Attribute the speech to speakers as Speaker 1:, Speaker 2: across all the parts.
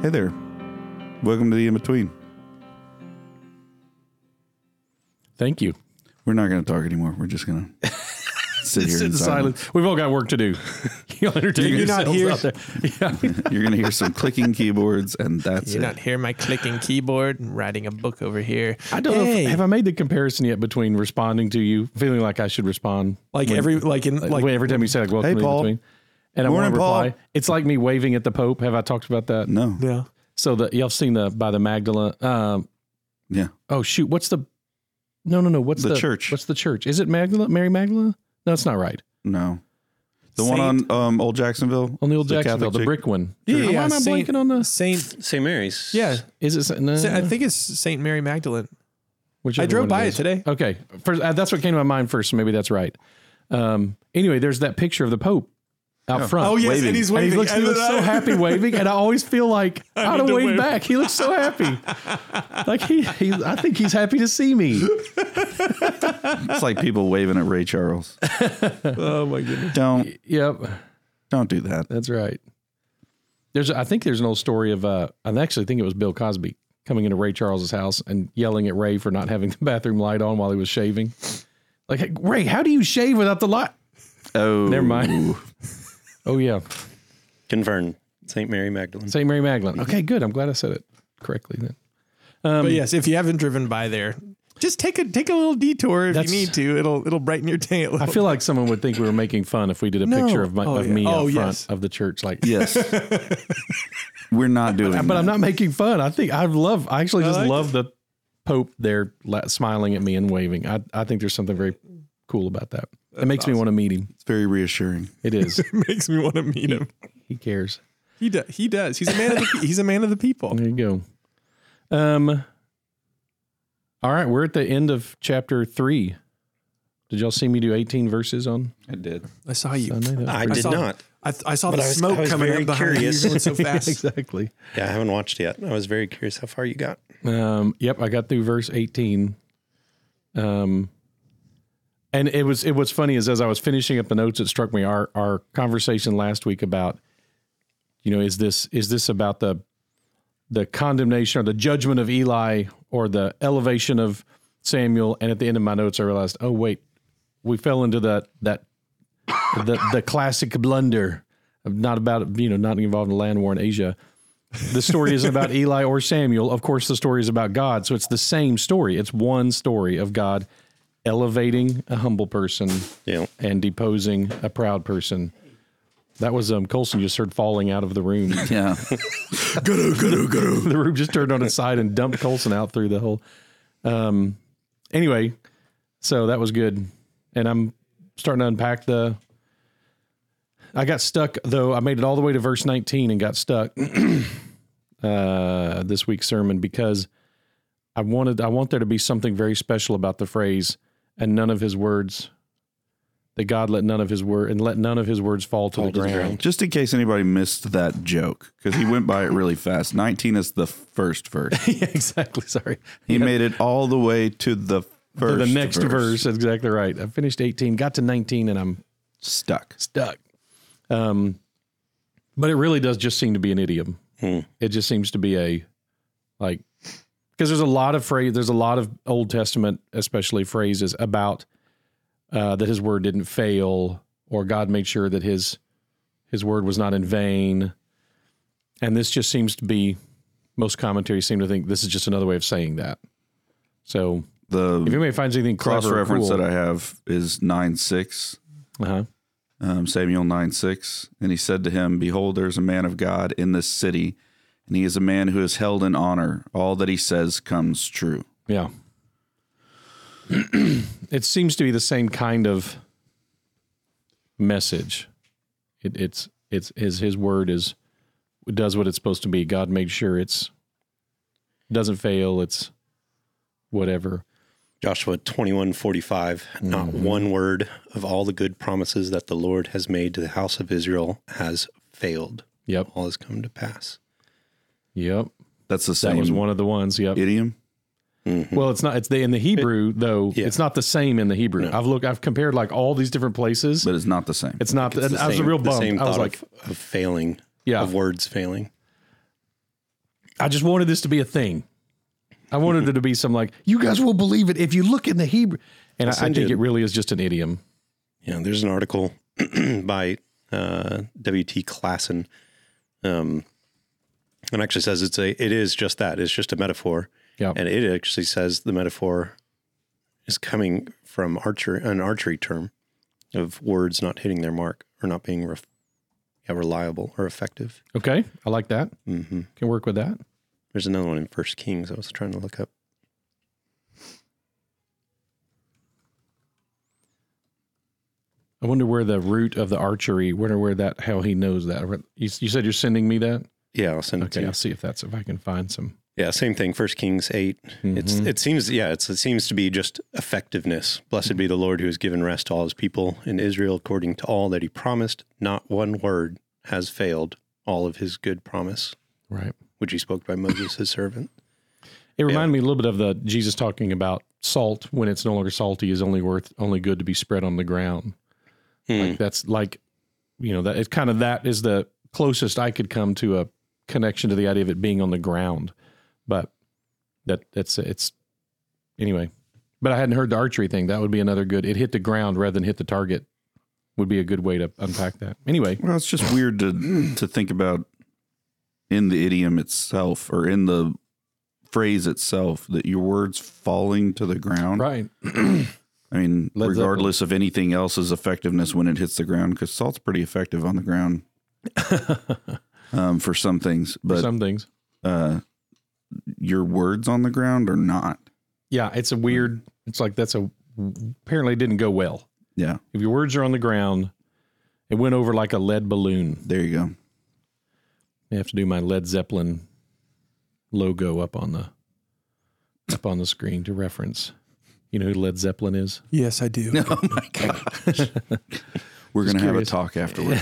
Speaker 1: Hey there. Welcome to the in between.
Speaker 2: Thank you.
Speaker 1: We're not going to talk anymore. We're just going to sit here
Speaker 2: Sit
Speaker 1: in silence.
Speaker 2: We've all got work to do. You'll entertain
Speaker 3: You're not
Speaker 2: yourselves
Speaker 3: here.
Speaker 2: out there. Yeah.
Speaker 1: You're going to hear some clicking keyboards, and that's
Speaker 3: You
Speaker 1: it.
Speaker 3: not hear my clicking keyboard and writing a book over here.
Speaker 2: I don't know.
Speaker 3: Hey.
Speaker 2: If, have I made the comparison yet between responding to you, feeling like I should respond,
Speaker 3: like every like in
Speaker 2: like,
Speaker 3: like,
Speaker 2: wait, every time you say like "Welcome
Speaker 1: Hey,
Speaker 2: to the
Speaker 1: Paul.
Speaker 2: between," and I want
Speaker 1: Morning,
Speaker 2: to reply,
Speaker 1: Paul.
Speaker 2: it's like me waving at the Pope. Have I talked about that?
Speaker 1: No.
Speaker 3: yeah.
Speaker 2: So the y'all seen the by the Magdalene? Um,
Speaker 1: Yeah.
Speaker 2: oh shoot, what's the? No, no, no. What's
Speaker 1: The
Speaker 2: the,
Speaker 1: church.
Speaker 2: What's the church? Is it Magdalene? Mary Magdalene? No, it's not right.
Speaker 1: No. The one on um, Old Jacksonville?
Speaker 2: On the old
Speaker 1: The Catholic
Speaker 2: Jacksonville, the
Speaker 1: chick-
Speaker 2: brick one.
Speaker 3: Yeah,
Speaker 2: Why
Speaker 3: yeah,
Speaker 2: am I
Speaker 3: Saint-
Speaker 2: blanking on the?
Speaker 3: Saint
Speaker 4: St. Mary's.
Speaker 3: yeah.
Speaker 2: Is it? No,
Speaker 3: Sa- I think it's Saint Mary Magdalene.
Speaker 2: Whichever
Speaker 3: I drove
Speaker 2: one
Speaker 3: by it
Speaker 2: is.
Speaker 3: today.
Speaker 2: Okay, first uh, that's what came to my mind first. So maybe that's right. Um, anyway, there's that picture of the Pope out front.
Speaker 3: Oh, yes,
Speaker 1: Waving.
Speaker 3: and he's
Speaker 2: And
Speaker 3: waving.
Speaker 2: he looks, he looks so happy waving, and I always feel like I
Speaker 3: need
Speaker 2: don't
Speaker 3: to
Speaker 2: wave
Speaker 3: wave.
Speaker 2: back. He looks so happy, like he, he. I think he's happy to see me.
Speaker 1: It's like people waving at Ray Charles.
Speaker 3: Oh my goodness.
Speaker 1: Don't
Speaker 2: Yep,
Speaker 1: don't do that.
Speaker 2: that's right. There's, I think there's an old story of, uh, I actually think it was Bill Cosby coming into Ray Charles's house and yelling at Ray for not having the bathroom light on while he was shaving. Like, "Hey, Ray, how do you shave without the light?
Speaker 1: Oh,
Speaker 2: Never mind. Oh yeah,
Speaker 4: Confirmed. St. Mary Magdalene.
Speaker 2: St. Mary Magdalene. Okay, good. I'm glad I said it correctly then.
Speaker 3: but yes, if you haven't driven by there, just take a take a little detour if you
Speaker 2: That's-
Speaker 3: need to. It'll it'll brighten your day a little.
Speaker 2: I feel like someone would think we were making fun if we did a
Speaker 3: No.
Speaker 2: picture of, my,
Speaker 3: Oh,
Speaker 2: of
Speaker 3: yeah.
Speaker 2: me
Speaker 3: Oh,
Speaker 2: out front
Speaker 3: yes.
Speaker 2: of the church, like.
Speaker 1: Yes. We're not doing
Speaker 2: But I'm
Speaker 1: that.
Speaker 2: not making fun. I think I love. I actually just
Speaker 3: like
Speaker 2: love the Pope there la- smiling at me and waving. I I think there's something very cool about that. it makes me want to meet him.
Speaker 1: It's very reassuring.
Speaker 2: It is.
Speaker 3: it makes me want to meet him.
Speaker 2: he cares.
Speaker 3: He does. He does. He's a man. Of the, he's a man of the people.
Speaker 2: There you go. Um. All right, we're at the end of chapter three. Did y'all see me do 18 verses on
Speaker 1: I did.
Speaker 3: I saw you.
Speaker 2: Sunday? That was
Speaker 4: I
Speaker 2: pretty-
Speaker 4: did
Speaker 3: saw-
Speaker 4: not.
Speaker 3: I, th- I saw
Speaker 4: But
Speaker 3: the
Speaker 4: I was-
Speaker 3: smoke
Speaker 4: I was
Speaker 3: coming
Speaker 4: very
Speaker 3: up behind you.
Speaker 4: curious.
Speaker 3: You're going so fast.
Speaker 2: exactly.
Speaker 4: Yeah, I haven't watched yet. I was very curious how far you got.
Speaker 2: Um, yep, I got through verse 18. Um, and it was it was funny is as I was finishing up the notes, it struck me our our conversation last week about, you know, is this is this about the the condemnation or the judgment of Eli or the elevation of Samuel? And at the end of my notes, I realized, oh wait, we fell into that that the the classic blunder of not about you know not involved in a land war in Asia the story isn't about Eli or Samuel. Of course, the story is about God. So it's the same story. It's one story of God elevating a humble person
Speaker 4: Yeah.
Speaker 2: and deposing a proud person. That was um, Colson just heard falling out of the room.
Speaker 1: Yeah. guru, guru, guru.
Speaker 2: the room just turned on its side and dumped Colson out through the hole. Um, anyway, so that was good, and I'm starting to unpack the. I got stuck though. I made it all the way to verse 19 and got stuck uh, this week's sermon because I wanted I want there to be something very special about the phrase "and none of his words." That God let none of his word and let none of his words fall to the ground.
Speaker 1: Just in case anybody missed that joke, because he went by it really fast. 19 is the first verse.
Speaker 2: yeah, exactly. Sorry.
Speaker 1: He made it all the way to the first
Speaker 2: to the next verse. That's exactly right. I finished 18, got to 19, and I'm
Speaker 1: Stuck.
Speaker 2: stuck. Um, but it really does just seem to be an idiom. It just seems to be a like because there's a lot of phrase, there's a lot of Old Testament, especially phrases about uh, that His word didn't fail, or God made sure that His His word was not in vain. And this just seems to be most commentaries seem to think this is just another way of saying that. So if
Speaker 1: The
Speaker 2: anybody finds anything
Speaker 1: cross
Speaker 2: clever, or
Speaker 1: reference
Speaker 2: cool,
Speaker 1: that I have is 9 6.
Speaker 2: uh-huh.
Speaker 1: um, Samuel 9 6. And he said to him, Behold, there is a man of God in this city, and he is a man who is held in honor. All that he says comes true.
Speaker 2: Yeah. it seems to be the same kind of message. It, it's it's his his word is does what it's supposed to be. God made sure it's doesn't fail. It's whatever.
Speaker 4: Joshua twenty one forty five. Not
Speaker 2: Mm-hmm.
Speaker 4: one word of all the good promises that the Lord has made to the house of Israel has failed.
Speaker 2: Yep.
Speaker 4: All has come to pass.
Speaker 2: Yep.
Speaker 1: That's the same
Speaker 2: That was one of the ones. Yep.
Speaker 1: idiom.
Speaker 2: Well, it's not. It's the, in the Hebrew though.
Speaker 4: yeah.
Speaker 2: It's not the same in the Hebrew. I've looked. I've compared like all these different places.
Speaker 1: But it's not the same.
Speaker 2: it's not.
Speaker 4: It's
Speaker 2: and
Speaker 4: the
Speaker 2: I was a
Speaker 4: same-
Speaker 2: real
Speaker 4: the
Speaker 2: bump.
Speaker 4: same
Speaker 2: I was
Speaker 4: thought
Speaker 2: like,
Speaker 4: of, of failing,
Speaker 2: yeah.
Speaker 4: of words failing.
Speaker 2: I just wanted this to be a thing. I wanted there to be some like, you guys will believe it if you look in the Hebrew. And I, I
Speaker 4: send
Speaker 2: think
Speaker 4: you-
Speaker 2: it really is just an idiom.
Speaker 4: Yeah, there's an article by uh, W.T. Klassen, um, and actually says it's a it is just that it's just a metaphor,
Speaker 2: Yeah.
Speaker 4: and it actually says the metaphor is coming from archer an archery term of words not hitting their mark or not being ref yeah, reliable or effective.
Speaker 2: Okay. I like that.
Speaker 4: hmm
Speaker 2: Can work with that.
Speaker 4: There's another one in First Kings I was trying to look up.
Speaker 2: I wonder where the root of the archery, wonder where that, how he knows that. You, you said you're sending me that?
Speaker 4: Yeah, I'll send it to
Speaker 2: Okay.
Speaker 4: you.
Speaker 2: I'll see if that's, if I can find some. Mm-hmm.
Speaker 4: Yeah, same thing. First Kings 8 It's it seems yeah, it's it seems to be just effectiveness. Blessed be the Lord who has given rest to all his people in Israel according to all that he promised. Not one word has failed all of his good promise,
Speaker 2: Right.
Speaker 4: which he spoke by Moses his servant.
Speaker 2: It reminded me a little bit of the Jesus talking about salt when it's no longer salty is only worth only good to be spread on the ground.
Speaker 4: Hmm.
Speaker 2: Like that's like you know that it's kind of that is the closest I could come to a connection to the idea of it being on the ground, but that that's it's anyway. But I hadn't heard the archery thing. That would be another good. It hit the ground rather than hit the target. Would be a good way to unpack that. Anyway,
Speaker 1: Well, it's just weird to to think about in the idiom itself or in the phrase itself that your words falling to the ground.
Speaker 2: right?
Speaker 1: I mean,
Speaker 2: Led Zeppelin.
Speaker 1: regardless of anything else's effectiveness when it hits the ground, because salt's pretty effective on the ground um, for some things, but
Speaker 2: Some things.
Speaker 1: uh, your words on the ground are not.
Speaker 2: Yeah, it's a weird. It's like that's a apparently it didn't go well.
Speaker 1: Yeah,
Speaker 2: If your words are on the ground, it went over like a lead balloon.
Speaker 1: there you go.
Speaker 2: I have to do my Led Zeppelin logo up on the up on the screen to reference. You know who Led Zeppelin is?
Speaker 3: Yes, I do.
Speaker 1: We're
Speaker 2: Oh Just
Speaker 1: gonna have a
Speaker 2: curious.
Speaker 1: talk afterward.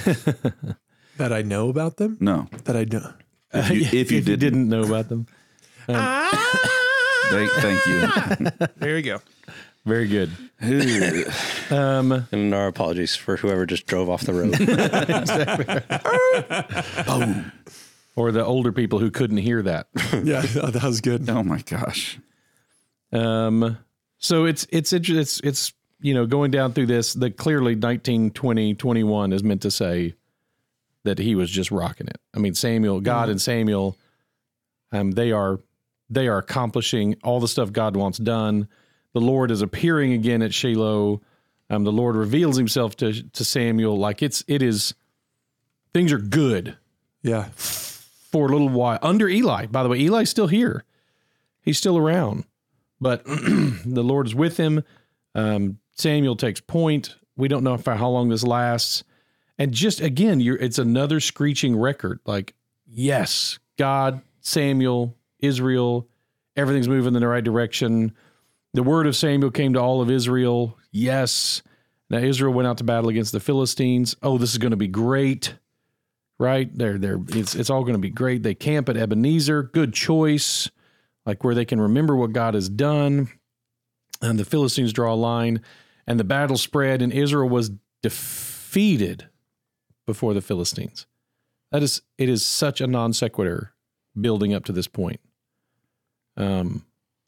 Speaker 3: That I know about them.
Speaker 1: No,
Speaker 3: That I don't. Um,
Speaker 1: if you, if you didn't,
Speaker 2: know about them,
Speaker 3: Ah!
Speaker 1: They, thank you.
Speaker 3: There you go.
Speaker 2: very good. Um,
Speaker 4: And our apologies for whoever just drove off the road.
Speaker 2: or the older people who couldn't hear that.
Speaker 3: Yeah, that was good.
Speaker 1: Oh my gosh.
Speaker 2: Um, so it's it's inter- it's it's you know going down through this. The clearly 19, 20, 21 is meant to say that he was just rocking it. I mean Samuel, God and Samuel, um, they are they are accomplishing all the stuff God wants done. The Lord is appearing again at Shiloh. Um, the Lord reveals Himself to to Samuel. Like it's it is things are good
Speaker 3: Yeah.
Speaker 2: for a little while under Eli. By the way, Eli's still here. He's still around, but the Lord is with him. Um, Samuel takes point. We don't know if, how long this lasts. And just again, you're, it's another screeching record. Like, yes, God, Samuel, Israel, everything's moving in the right direction. The word of Samuel came to all of Israel. Yes. Now Israel went out to battle against the Philistines. Oh, this is going to be great right? They're they're it's it's all going to be great. They camp at Ebenezer, good choice, like where they can remember what God has done. And the Philistines draw a line, and the battle spread, and Israel was defeated before the Philistines. That is, it is such a non sequitur building up to this point. Um,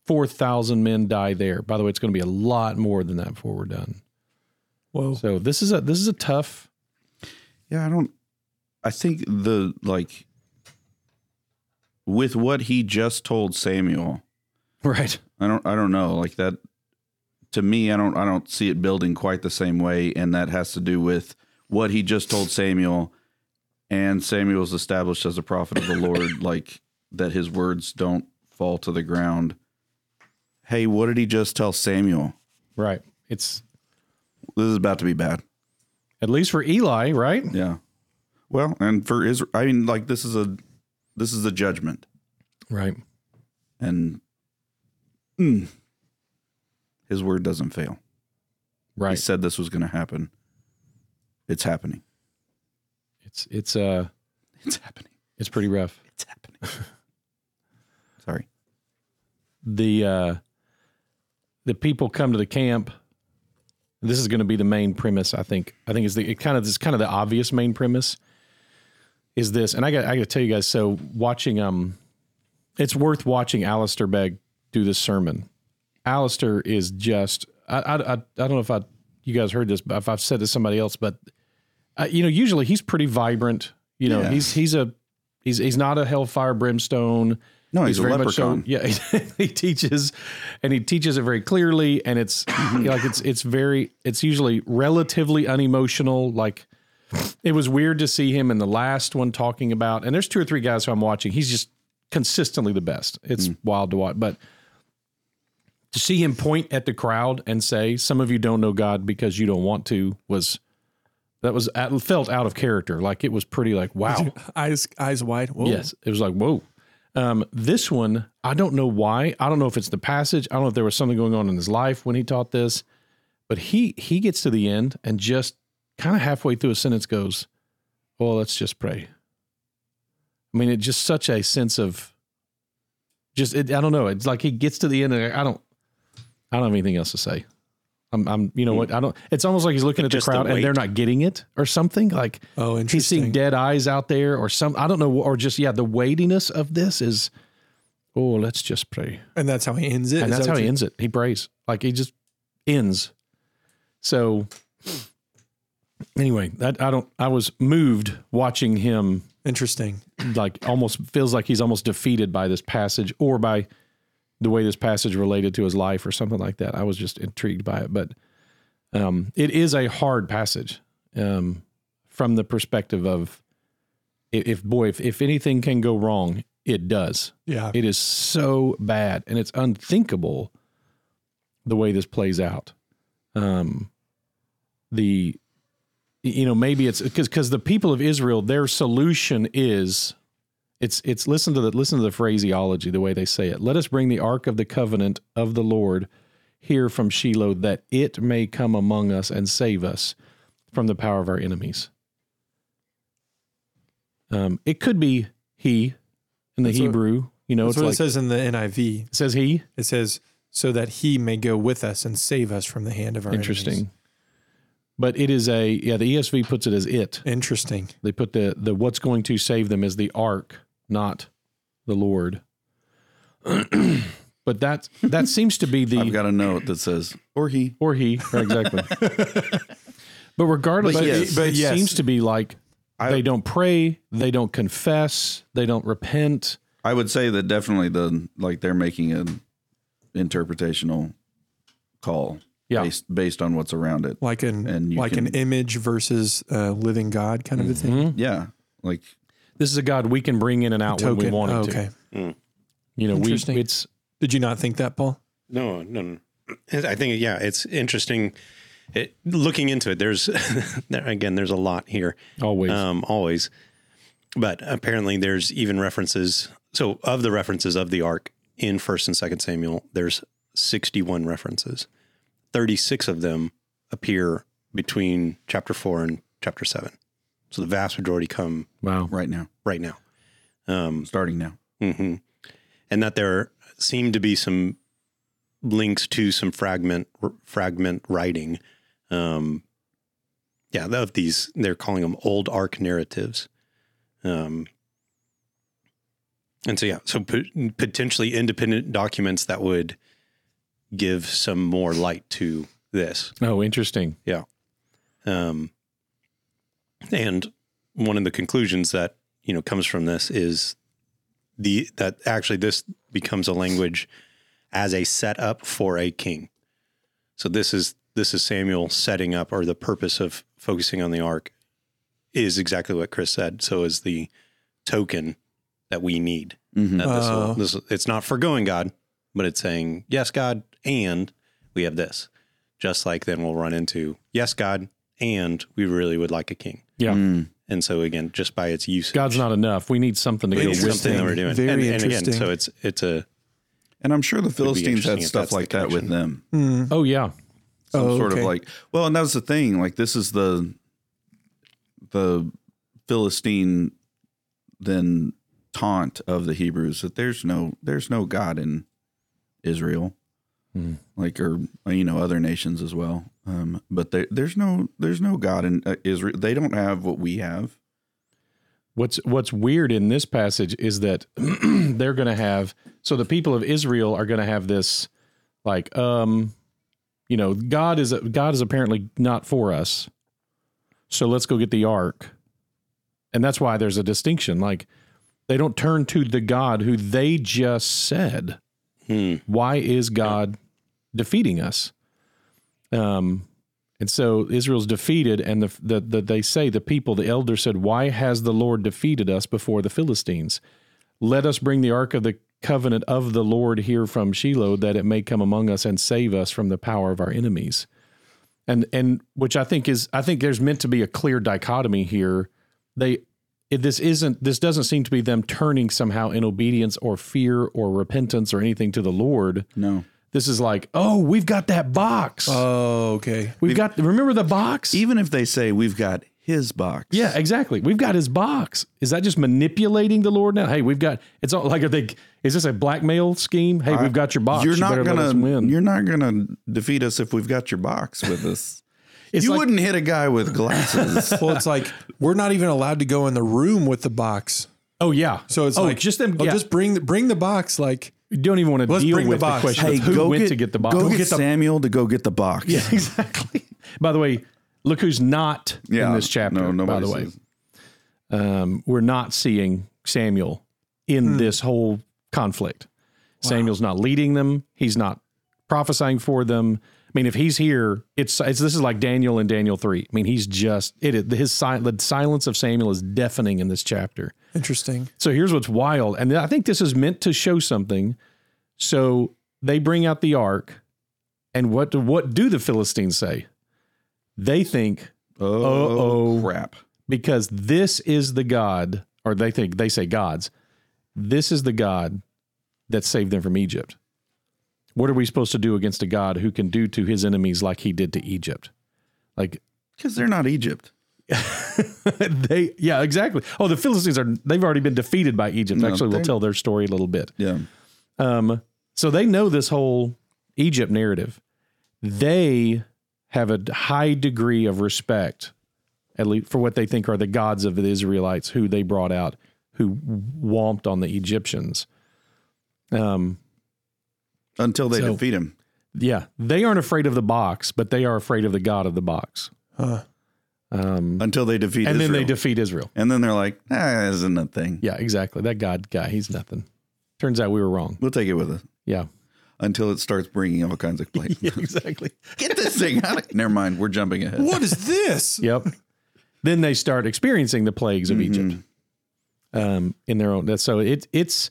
Speaker 2: four thousand men die there. By the way, it's going to be a lot more than that before we're done.
Speaker 3: Whoa.
Speaker 2: So this is a this is a tough.
Speaker 1: Yeah, I don't. I think the like with what he just told Samuel.
Speaker 2: Right.
Speaker 1: I don't. I don't know. Like that. To me, I don't. I don't see it building quite the same way, and that has to do with what he just told Samuel, and Samuel's established as a prophet of the Lord. Like that, his words don't fall to the ground. Hey, what did he just tell Samuel?
Speaker 2: Right. It's
Speaker 1: This is about to be bad.
Speaker 2: At least for Eli, right?
Speaker 1: Yeah. Well, and for Israel, I mean, like this is a this is a judgment,
Speaker 2: Right.
Speaker 1: and mm, his word doesn't fail. He
Speaker 2: Right.
Speaker 1: said this was going to happen. It's happening.
Speaker 2: It's it's uh
Speaker 1: It's happening.
Speaker 2: it's pretty rough.
Speaker 1: It's happening. Sorry.
Speaker 2: The uh the people come to the camp. This is going to be the main premise, I think. I think is the it kind of it's kind of the obvious main premise is this. And I got I got to tell you guys so watching um it's worth watching Alistair Begg do this sermon. Alistair is just I I I, I don't know if I you guys heard this, but if I've said to somebody else, but uh, you know, usually he's pretty vibrant. You know,
Speaker 1: Yeah.
Speaker 2: he's he's a he's he's not a hellfire brimstone.
Speaker 1: No, Oh, he's, a
Speaker 2: very much so-
Speaker 1: leprechaun.
Speaker 2: yeah, he teaches, and he teaches it very clearly, and it's you know, like it's it's very it's usually relatively unemotional. Like it was weird to see him in the last one talking about, and there's two or three guys who I'm watching. He's just consistently the best. It's
Speaker 1: Mm.
Speaker 2: wild to watch, but to see him point at the crowd and say, "Some of you don't know God because you don't want to," was that was at, felt out of character. Like it was pretty like wow.
Speaker 3: Eyes eyes wide. Whoa.
Speaker 2: Yes, it was like whoa. Um, this one, I don't know why. I don't know if it's the passage. I don't know if there was something going on in his life when he taught this, but he he gets to the end and just kind of halfway through a sentence goes, "Well, let's just pray." I mean, it just such a sense of just it, I don't know. It's like he gets to the end and I don't I don't have anything else to say. I'm I'm you know what I don't. It's almost like he's looking at the
Speaker 4: Hmm. Just the
Speaker 2: crowd and they're
Speaker 4: weight.
Speaker 2: not getting it or something like
Speaker 3: Oh,
Speaker 2: he's seeing
Speaker 3: interesting.
Speaker 2: dead eyes out there or some i don't know or just yeah the weightiness of this is oh let's just pray
Speaker 3: and that's how he ends it.
Speaker 2: and
Speaker 3: Is
Speaker 2: that's
Speaker 3: that
Speaker 2: how
Speaker 3: what
Speaker 2: he
Speaker 3: you-
Speaker 2: ends it he prays like he just ends so anyway that i don't i was moved watching him
Speaker 3: Interesting.
Speaker 2: like almost feels like he's almost defeated by this passage or by the way this passage related to his life or something like that. I was just intrigued by it, but um, it is a hard passage um, from the perspective of if, if boy, if, if anything can go wrong, it does.
Speaker 3: Yeah.
Speaker 2: It is so bad and it's unthinkable the way this plays out. Um, the, you know, maybe it's because, because the people of Israel, their solution is it's, it's listen to the, listen to the phraseology, the way they say it. Let us bring the ark of the covenant of the Lord here from Shiloh that it may come among us and save us from the power of our enemies. Um, it could be he in the
Speaker 3: That's what-
Speaker 2: Hebrew, you know,
Speaker 3: That's
Speaker 2: it's
Speaker 3: what
Speaker 2: like,
Speaker 3: it says in the NIV.
Speaker 2: it says he.
Speaker 3: It says, so that he may go with us and save us from the hand of our enemies."
Speaker 2: Interesting. But it is a yeah. The ESV puts it as it.
Speaker 3: Interesting.
Speaker 2: They put the the what's going to save them is the ark, not the Lord. but that that seems to be
Speaker 1: I've
Speaker 2: the
Speaker 1: got a note that says, or he.
Speaker 2: or he or exactly. but regardless,
Speaker 1: But
Speaker 2: it-
Speaker 1: yes.
Speaker 2: it,
Speaker 3: But yes.
Speaker 2: seems to be like they don't pray, they don't confess, they don't repent.
Speaker 1: I would say that definitely the like they're making an interpretational call
Speaker 2: Yeah.
Speaker 1: based based on what's around it.
Speaker 3: Like an
Speaker 1: And you
Speaker 3: like an
Speaker 1: can-
Speaker 3: image versus uh, living God kind of a thing.
Speaker 1: Yeah, like
Speaker 2: This is a God we can bring in and out Mm-hmm. when we
Speaker 3: Token.
Speaker 2: want him
Speaker 3: Oh,
Speaker 2: to.
Speaker 3: okay.
Speaker 2: You know, we
Speaker 3: Interesting.
Speaker 2: it's
Speaker 3: Did you not think that, Paul?
Speaker 4: No, no, no. I think yeah, it's interesting. It, looking into it, there's there, again, there's a lot here.
Speaker 2: always
Speaker 4: Um, always, but apparently there's even references. So of the references of the ark in First and Second Samuel, there's 61 references. 36 of them appear between chapter four and chapter seven. So the vast majority come
Speaker 2: wow.
Speaker 1: right now,
Speaker 4: right now. Um,
Speaker 1: starting now.
Speaker 4: hmm And that there seem to be some links to some fragment r- fragment writing. Um, yeah, of these, they're calling them old arc narratives. Um, and so, yeah, so po- potentially independent documents that would give some more light to this.
Speaker 2: Oh, interesting.
Speaker 4: Um, and one of the conclusions that you know comes from this is the that actually this becomes a language as a setup for a king. So this is this is Samuel setting up, or the purpose of focusing on the ark is exactly what Chris said. So is the token that we need.
Speaker 2: Mm-hmm.
Speaker 1: Mhm.
Speaker 4: That this will-
Speaker 3: Oh.
Speaker 4: this, it's not forgoing God, but it's saying yes, God, and we have this. Just like then we'll run into yes, God, and we really would like a king.
Speaker 2: Yeah.
Speaker 1: Mm.
Speaker 4: And so again, just by its use,
Speaker 2: God's not enough. We need something to go
Speaker 4: it's
Speaker 2: with
Speaker 4: something
Speaker 2: it.
Speaker 4: that we're doing.
Speaker 3: Very
Speaker 4: and, And
Speaker 3: interesting.
Speaker 4: again, so it's it's a
Speaker 1: And I'm sure the Philistines
Speaker 4: interesting
Speaker 1: had
Speaker 4: if
Speaker 1: stuff
Speaker 4: that's the
Speaker 1: like that with
Speaker 4: connection.
Speaker 1: them.
Speaker 3: Hmm.
Speaker 2: Oh yeah.
Speaker 1: some
Speaker 3: Oh,
Speaker 1: sort
Speaker 3: okay.
Speaker 1: of like well and that was the thing like this is the the philistine then taunt of the hebrews that there's no there's no god in israel
Speaker 2: Hmm.
Speaker 1: like or you know other nations as well um but there, there's no there's no god in uh, israel they don't have what we have
Speaker 2: What's what's weird in this passage is that they're going to have so the people of Israel are going to have this like um you know God is God is apparently not for us. So let's go get the ark. And that's why there's a distinction like they don't turn to the God who they just said
Speaker 4: Hmm.
Speaker 2: why is God defeating us? Um, and so Israel's defeated, and the, the, the they say the people, the elder said, "Why has the Lord defeated us before the Philistines? Let us bring the ark of the covenant of the Lord here from Shiloh, that it may come among us and save us from the power of our enemies." And and which I think is I think there's meant to be a clear dichotomy here. They it, this isn't this doesn't seem to be them turning somehow in obedience or fear or repentance or anything to the Lord.
Speaker 1: No.
Speaker 2: This is like, oh, we've got that box.
Speaker 3: Oh, okay.
Speaker 2: we've got remember the box?
Speaker 1: Even if they say we've got his box.
Speaker 2: yeah, exactly. We've got his box. Is that just manipulating the Lord now? Hey, we've got it's all like are they is this a blackmail scheme? Hey, we've got your box.
Speaker 1: You're
Speaker 2: You
Speaker 1: not
Speaker 2: better let us
Speaker 1: gonna
Speaker 2: win.
Speaker 1: you're not gonna defeat us if we've got your box with us.
Speaker 2: It's
Speaker 1: you
Speaker 2: like-
Speaker 1: wouldn't hit a guy with glasses.
Speaker 3: Well, it's like we're not even allowed to go in the room with the box.
Speaker 2: Oh yeah.
Speaker 3: So it's
Speaker 2: oh,
Speaker 3: like
Speaker 2: just them
Speaker 3: oh,
Speaker 2: yeah.
Speaker 3: just bring the, bring the box. Like
Speaker 2: you don't even want to
Speaker 3: Let's
Speaker 2: deal
Speaker 3: bring the
Speaker 2: with the,
Speaker 3: box.
Speaker 2: question of who went to get the box.
Speaker 1: Go, get,
Speaker 3: get the-
Speaker 1: Samuel to go get the box.
Speaker 2: Yeah, exactly. By the way, look who's not in this chapter.
Speaker 1: No,
Speaker 2: by
Speaker 1: nobody
Speaker 2: the way,
Speaker 1: says-
Speaker 2: um, we're not seeing Samuel in this whole conflict. Samuel's not leading them. He's not prophesying for them. I mean, if he's here, it's, it's this is like Daniel in Daniel three. I mean, he's just it. is- His si- the silence of Samuel is deafening in this chapter.
Speaker 3: interesting.
Speaker 2: So here's what's wild, and I think this is meant to show something. So they bring out the ark, and what do, what do the Philistines say? They think
Speaker 1: Oh,
Speaker 2: Uh-oh.
Speaker 1: crap.
Speaker 2: because this is the God, or they think they say gods. This is the God that saved them from Egypt. What are we supposed to do against a God who can do to his enemies like he did to Egypt? Like
Speaker 1: Because they're not Egypt.
Speaker 2: they, yeah, exactly. Oh, the Philistines are they've already been defeated by Egypt.
Speaker 1: No,
Speaker 2: Actually, we'll
Speaker 1: they-
Speaker 2: tell their story a little bit.
Speaker 1: Yeah.
Speaker 2: Um, so they know this whole Egypt narrative. They have a high degree of respect, at least for what they think are the gods of the Israelites who they brought out, who womped on the Egyptians. Um,
Speaker 1: Until they
Speaker 2: So-
Speaker 1: defeat him.
Speaker 2: yeah, they aren't afraid of the box, but they are afraid of the God of the box.
Speaker 3: Huh.
Speaker 2: Um,
Speaker 1: Until they defeat
Speaker 2: and then
Speaker 1: Israel.
Speaker 2: they defeat Israel.
Speaker 1: and then they're like, ah, that isn't a thing.
Speaker 2: Yeah, exactly. That God guy, he's nothing. Turns out we were wrong.
Speaker 1: We'll take it with us.
Speaker 2: Yeah,
Speaker 1: Until it starts bringing all kinds of plates.
Speaker 2: exactly.
Speaker 1: Get this thing out of Never mind. We're jumping ahead.
Speaker 3: What is this?
Speaker 2: Yep. then they start experiencing the plagues of Egypt
Speaker 4: Mm-hmm.
Speaker 2: um, in their own. That's so it it's,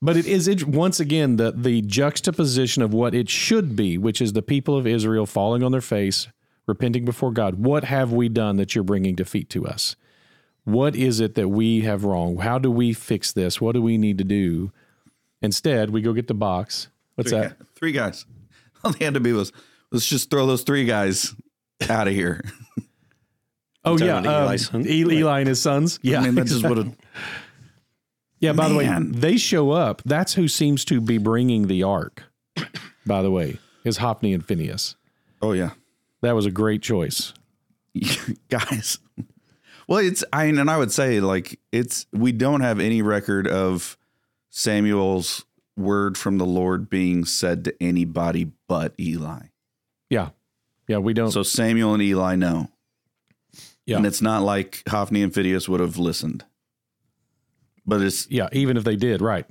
Speaker 2: but it is it, once again the the juxtaposition of what it should be, which is the people of Israel falling on their face, repenting before God. What have we done that you're bringing defeat to us? What is it that we have wrong? How do we fix this? What do we need to do? Instead, we go get the box. What's
Speaker 1: Three,
Speaker 2: that?
Speaker 1: guy- three guys. All they had to be was, let's just throw those three guys out of here.
Speaker 2: Oh
Speaker 4: Talking
Speaker 2: yeah,
Speaker 4: about
Speaker 2: um,
Speaker 4: Eli's son?
Speaker 2: Eli, Eli and his sons. Yeah,
Speaker 1: I mean, that's just what a
Speaker 2: Yeah, by
Speaker 1: Man.
Speaker 2: the way, they show up. That's who seems to be bringing the ark, by the way, is Hophni and Phineas.
Speaker 1: Oh yeah,
Speaker 2: That was a great choice.
Speaker 1: guys. Well, it's I mean, and I would say like it's we don't have any record of Samuel's word from the Lord being said to anybody but Eli.
Speaker 2: Yeah. Yeah, we don't.
Speaker 1: So Samuel and Eli know.
Speaker 2: Yeah.
Speaker 1: And it's not like Hophni and Phidias would have listened. But it's
Speaker 2: yeah, even if they did, right.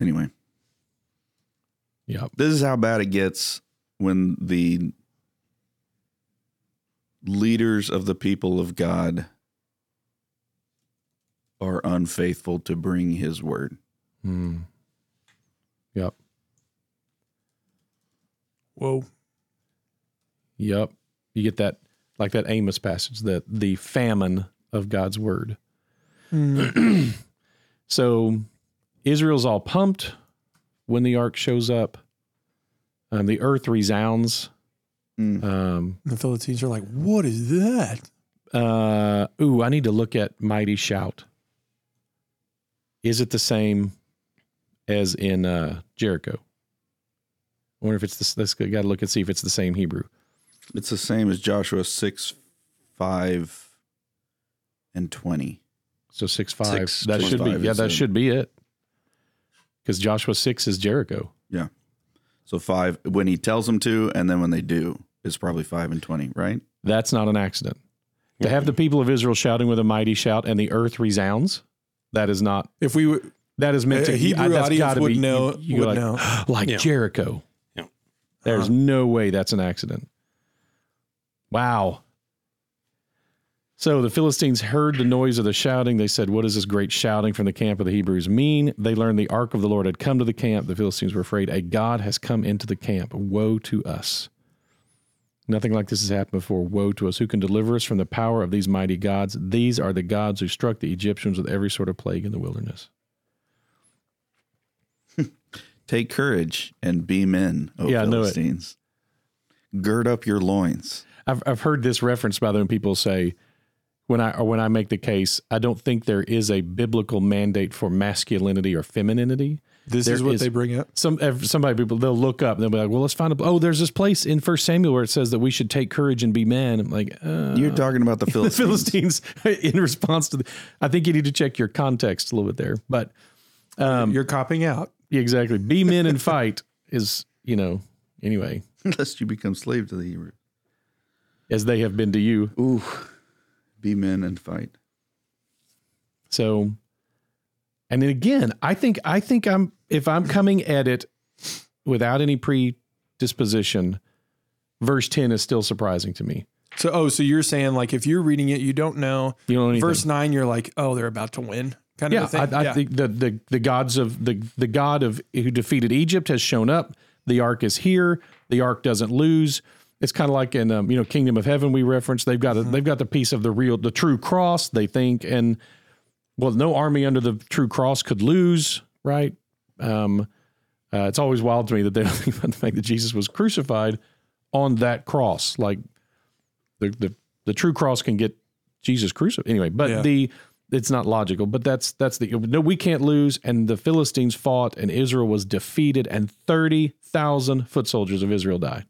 Speaker 1: anyway.
Speaker 2: Yeah.
Speaker 1: This is how bad it gets when the leaders of the people of God are unfaithful to bring his word.
Speaker 2: Hmm. Yep.
Speaker 3: Whoa.
Speaker 2: Yep. You get that, like that Amos passage, that the famine of God's word.
Speaker 3: Mm.
Speaker 2: so Israel's all pumped when the ark shows up. Um, the earth resounds.
Speaker 1: Mm.
Speaker 2: Um,
Speaker 3: The Philippines are like, what is that?
Speaker 2: uh ooh i need to look at mighty shout is it the same as in uh jericho i wonder if it's this let's gotta look and see if it's the same hebrew
Speaker 1: It's the same as Joshua 6 5 and and 20.
Speaker 2: So six five.
Speaker 4: Six
Speaker 2: that
Speaker 1: plus
Speaker 2: should be
Speaker 1: five
Speaker 2: yeah.
Speaker 1: is
Speaker 2: That
Speaker 1: it.
Speaker 2: should be it. Because Joshua six is Jericho.
Speaker 1: So five when he tells them to, and then when they do, it's probably five and 20, right?
Speaker 2: That's not an accident. To have the people of Israel shouting with a mighty shout and the earth resounds. That is not.
Speaker 3: If we were-
Speaker 2: That is meant
Speaker 3: A
Speaker 2: to.
Speaker 3: Hebrew
Speaker 2: that's
Speaker 3: audience
Speaker 2: gotta
Speaker 3: would
Speaker 2: be-
Speaker 3: know-
Speaker 2: go
Speaker 3: would
Speaker 2: like, ah,
Speaker 3: know.
Speaker 2: like
Speaker 4: Yeah.
Speaker 2: Jericho.
Speaker 4: Yeah. Uh-huh.
Speaker 2: There's no way that's an accident. Wow. So the Philistines heard the noise of the shouting. They said, What does this great shouting from the camp of the Hebrews mean? They learned the ark of the Lord had come to the camp. The Philistines were afraid. A God has come into the camp. Woe to us. Nothing like this has happened before. Woe to us. Who can deliver us from the power of these mighty gods? These are the gods who struck the Egyptians with every sort of plague in the wilderness.
Speaker 1: Take courage and be men, O
Speaker 2: Yeah, I know it.
Speaker 1: Philistines. Gird up your loins.
Speaker 2: I've I've heard this reference by the way, when people say when I or when I make the case, I don't think there is a biblical mandate for masculinity or femininity.
Speaker 3: this
Speaker 2: There
Speaker 3: is what
Speaker 2: is-
Speaker 3: they bring up.
Speaker 2: Some ev- somebody people they'll look up and they'll be like, well, let's find a oh, there's this place in First Samuel where it says that we should take courage and be men. I'm like, uh,
Speaker 1: You're talking about the
Speaker 2: the
Speaker 1: Philistines.
Speaker 2: Philistines in response to the, I think you need to check your context a little bit there, but um,
Speaker 3: You're copping out.
Speaker 2: yeah, exactly, be men and fight is you know anyway
Speaker 1: Lest you become slave to the Hebrew.
Speaker 2: as they have been to you.
Speaker 1: Ooh. Be men and fight.
Speaker 2: So, and then again, I think I think I'm if I'm coming at it without any predisposition, verse ten is still surprising to me.
Speaker 3: So oh, so you're saying like if you're reading it, you don't know.
Speaker 2: You know anything?
Speaker 3: Verse nine, you're like, oh, they're about to win, kind
Speaker 2: yeah,
Speaker 3: of a thing.
Speaker 2: I, I think the, the the gods of the the god of who defeated Egypt has shown up. The ark is here. The ark doesn't lose. It's kind of like in um, you know Kingdom of Heaven we reference. They've got a,
Speaker 3: Mm-hmm.
Speaker 2: they've got the piece of the real the true cross. They think and well, no army under the true cross could lose, right? Um, uh, it's always wild to me that they don't think about the fact that Jesus was crucified on that cross. Like the the, the true cross can get Jesus crucified anyway. But
Speaker 3: Yeah.
Speaker 2: the it's not logical. But that's that's the no. We can't lose. And the Philistines fought, and Israel was defeated, and thirty thousand foot soldiers of Israel died.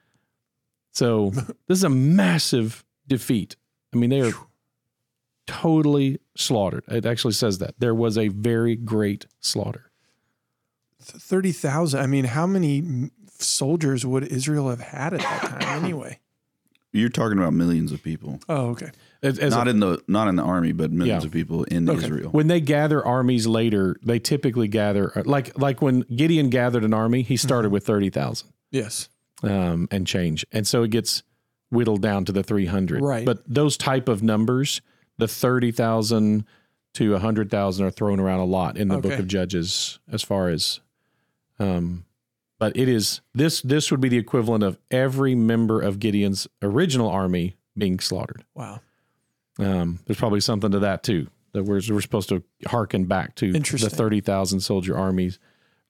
Speaker 2: So this is a massive defeat. I mean, they are totally slaughtered. It actually says that there was a very great slaughter.
Speaker 3: thirty thousand. I mean, how many m- soldiers would Israel have had at that time anyway?
Speaker 1: You're talking about millions of people.
Speaker 3: Oh, okay.
Speaker 2: As- as a-
Speaker 1: Not in the not in the army, but millions
Speaker 2: Yeah.
Speaker 1: of people in Israel.
Speaker 2: When they gather armies later, they typically gather like like when Gideon gathered an army, he
Speaker 1: Mm-hmm.
Speaker 2: started with thirty thousand
Speaker 3: Yes.
Speaker 2: um, and change, and so it gets whittled down to the three hundred.
Speaker 3: Right.
Speaker 2: But those type of numbers, the thirty thousand to hundred thousand, are thrown around a lot in the Book
Speaker 3: Okay.
Speaker 2: of Judges, as far as. Um, but it is this. This would be the equivalent of every member of Gideon's original army being slaughtered.
Speaker 3: Wow.
Speaker 2: Um, there's probably something to that too that we're we're supposed to hearken back to the
Speaker 3: Interesting.
Speaker 2: thirty thousand soldier armies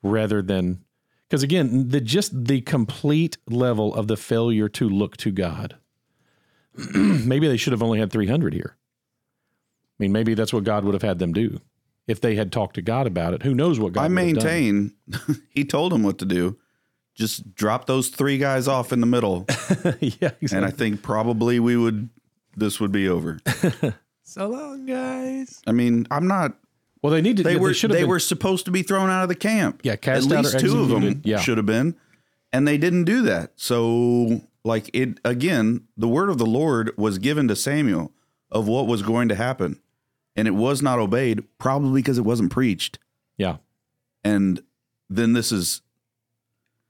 Speaker 2: rather than because again the just the complete level of the failure to look to God. maybe they should have only had three hundred here. I mean, maybe that's what God would have had them do if they had talked to God about it. Who knows what God?
Speaker 1: I
Speaker 2: would have done.
Speaker 1: maintain he told him what to do. Just drop those three guys off in the middle.
Speaker 2: yeah, exactly.
Speaker 1: and I think probably we would this would be over.
Speaker 3: So long, guys.
Speaker 1: I mean, I'm not
Speaker 2: well, they needed.
Speaker 1: they
Speaker 2: yeah,
Speaker 1: were they,
Speaker 2: should have been-
Speaker 1: were supposed to be thrown out of the camp.
Speaker 2: Yeah, cast
Speaker 1: At
Speaker 2: out
Speaker 1: least
Speaker 2: or
Speaker 1: two of them
Speaker 2: executed. Yeah.
Speaker 1: should have been, and they didn't do that. So, like it again, the word of the Lord was given to Samuel of what was going to happen, and it was not obeyed, probably because it wasn't preached.
Speaker 2: Yeah,
Speaker 1: And then this is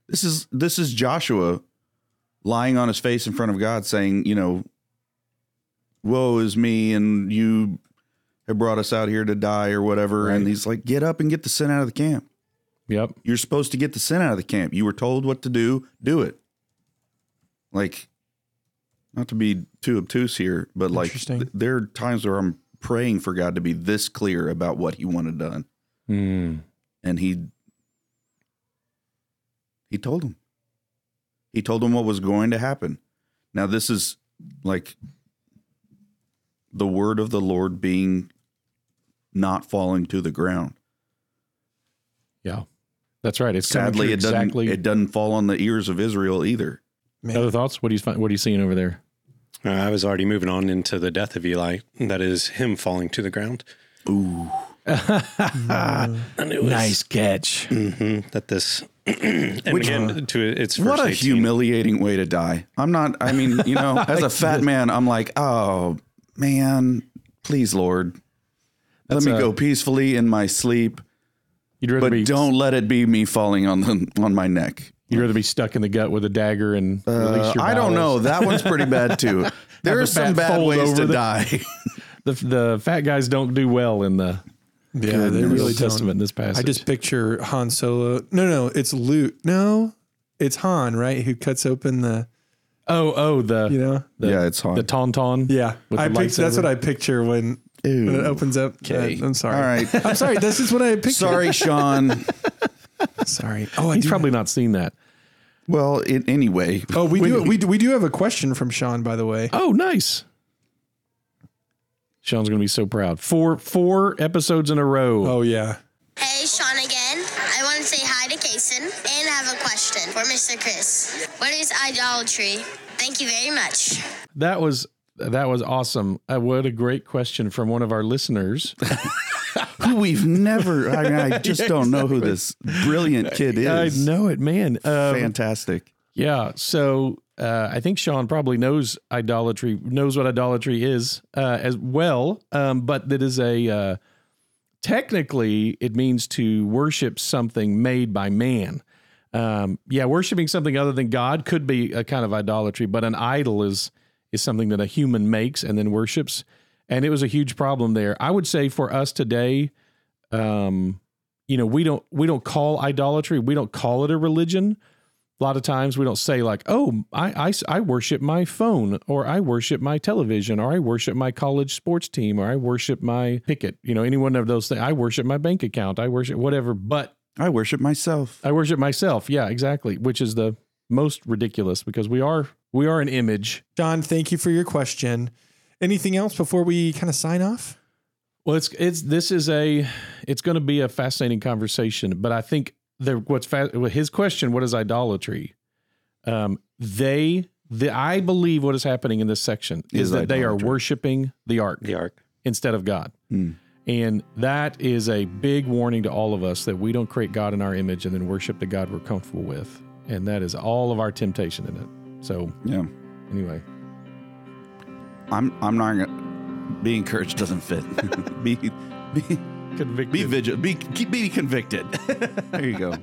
Speaker 1: this is this is Joshua lying on his face in front of God, saying, you know, woe is me, and you have brought us out here to die or whatever. And
Speaker 2: Right.
Speaker 1: he's like, get up and get the sin out of the camp.
Speaker 2: yep.
Speaker 1: You're supposed to get the sin out of the camp. You were told what to do, do it. Like, not to be too obtuse here, but like,
Speaker 3: Interesting.
Speaker 1: th- there are times where I'm praying for God to be this clear about what He wanted done,
Speaker 2: Mm.
Speaker 1: and He He told him. He told him what was going to happen. Now this is like the word of the Lord being not falling to the ground.
Speaker 2: Yeah, that's right. It's coming
Speaker 1: Sadly,
Speaker 2: true
Speaker 1: it doesn't.
Speaker 2: exactly.
Speaker 1: It doesn't fall on the ears of Israel either.
Speaker 3: Man,
Speaker 2: Other thoughts? What do you find? What are you seeing over there?
Speaker 4: Uh, I was already moving on into the death of Eli. That is him falling to the ground.
Speaker 2: nice catch.
Speaker 4: hmm that this, and again, to its first
Speaker 1: What a
Speaker 4: 18.
Speaker 1: humiliating way to die. I'm not, I mean, you know, as a fat man, I'm like, oh, man, please, Lord, let me
Speaker 2: a-
Speaker 1: go peacefully in my sleep,
Speaker 2: You'd rather
Speaker 1: but
Speaker 2: be
Speaker 1: don't let it be me falling on the, on my neck.
Speaker 2: you'd rather be stuck in the gut with a dagger and
Speaker 1: Uh,
Speaker 2: release your.
Speaker 1: I don't know.
Speaker 2: bowels.
Speaker 1: That one's pretty bad too. There
Speaker 2: the
Speaker 1: are some bad
Speaker 2: bat fold
Speaker 1: ways
Speaker 2: over
Speaker 1: to
Speaker 2: the-
Speaker 1: die.
Speaker 2: The the fat guys don't do well in the
Speaker 3: Yeah, they
Speaker 1: Goodness.
Speaker 2: New
Speaker 3: really
Speaker 2: Testament in
Speaker 3: don't.
Speaker 2: this passage.
Speaker 3: I just picture Han Solo. No, no, it's Luke. No, it's Han, right? Who cuts open the,
Speaker 2: oh oh the
Speaker 3: you know?
Speaker 2: The-
Speaker 1: yeah, it's hard.
Speaker 2: the tauntaun.
Speaker 3: Yeah,
Speaker 2: With
Speaker 3: I
Speaker 2: the
Speaker 3: pic- that's
Speaker 2: lightsaber.
Speaker 3: what I picture when, when it opens up.
Speaker 1: Okay.
Speaker 3: Uh, I'm sorry.
Speaker 1: All right.
Speaker 3: I'm sorry. This is what I pictured.
Speaker 1: Sorry, Sean.
Speaker 3: Sorry. Oh, I
Speaker 2: He's
Speaker 3: do-
Speaker 2: probably not seen that.
Speaker 1: Well, in anyway,
Speaker 3: Oh, we do. We do, we do have a question from Sean, by the way.
Speaker 2: Oh, nice. Sean's gonna be so proud. Four four episodes in a row.
Speaker 3: Oh yeah.
Speaker 5: Hey, Sean again. I want to say hi to Kason and have a question for Mr. Chris. What is idolatry? Thank you very much.
Speaker 2: That was that was awesome. Uh, what a great question from one of our listeners.
Speaker 1: who we've never. I, mean, I just don't know who this brilliant kid
Speaker 2: I
Speaker 1: is.
Speaker 2: know it, man. Um,
Speaker 1: Fantastic.
Speaker 2: yeah. So uh, I think Sean probably knows idolatry, knows what idolatry is uh, as well. Um, but that is a uh, technically it means to worship something made by man. Um, yeah, worshiping something other than God could be a kind of idolatry, but an idol is is something that a human makes and then worships. And it was a huge problem there. I would say for us today, um, you know, we don't we don't call idolatry, we don't call it a religion. A lot of times we don't say like, oh, I, I, I worship my phone or I worship my television or I worship my college sports team or I worship my picket, you know, any one of those things. I worship my bank account. I worship whatever. But
Speaker 1: I worship myself.
Speaker 2: I worship myself. Yeah, exactly. Which is the most ridiculous because we are we are an image.
Speaker 3: Sean, thank you for your question. Anything else before we kind of sign off?
Speaker 2: Well, it's it's this is a it's going to be a fascinating conversation, but I think the what's fa- his question: What is idolatry? Um, they the I believe what is happening in this section is,
Speaker 1: Is
Speaker 2: that they are
Speaker 1: idolatry.
Speaker 2: worshiping the ark
Speaker 4: the ark.
Speaker 2: instead of God,
Speaker 1: Hmm.
Speaker 2: and that is a big warning to all of us that we don't create God in our image and then worship the God we're comfortable with, and that is all of our temptation in it. So
Speaker 1: Yeah,
Speaker 2: anyway,
Speaker 1: I'm. I'm not gonna. Be encouraged doesn't fit. be, be,
Speaker 2: convicted.
Speaker 1: be vigilant. Be, be convicted. there you go.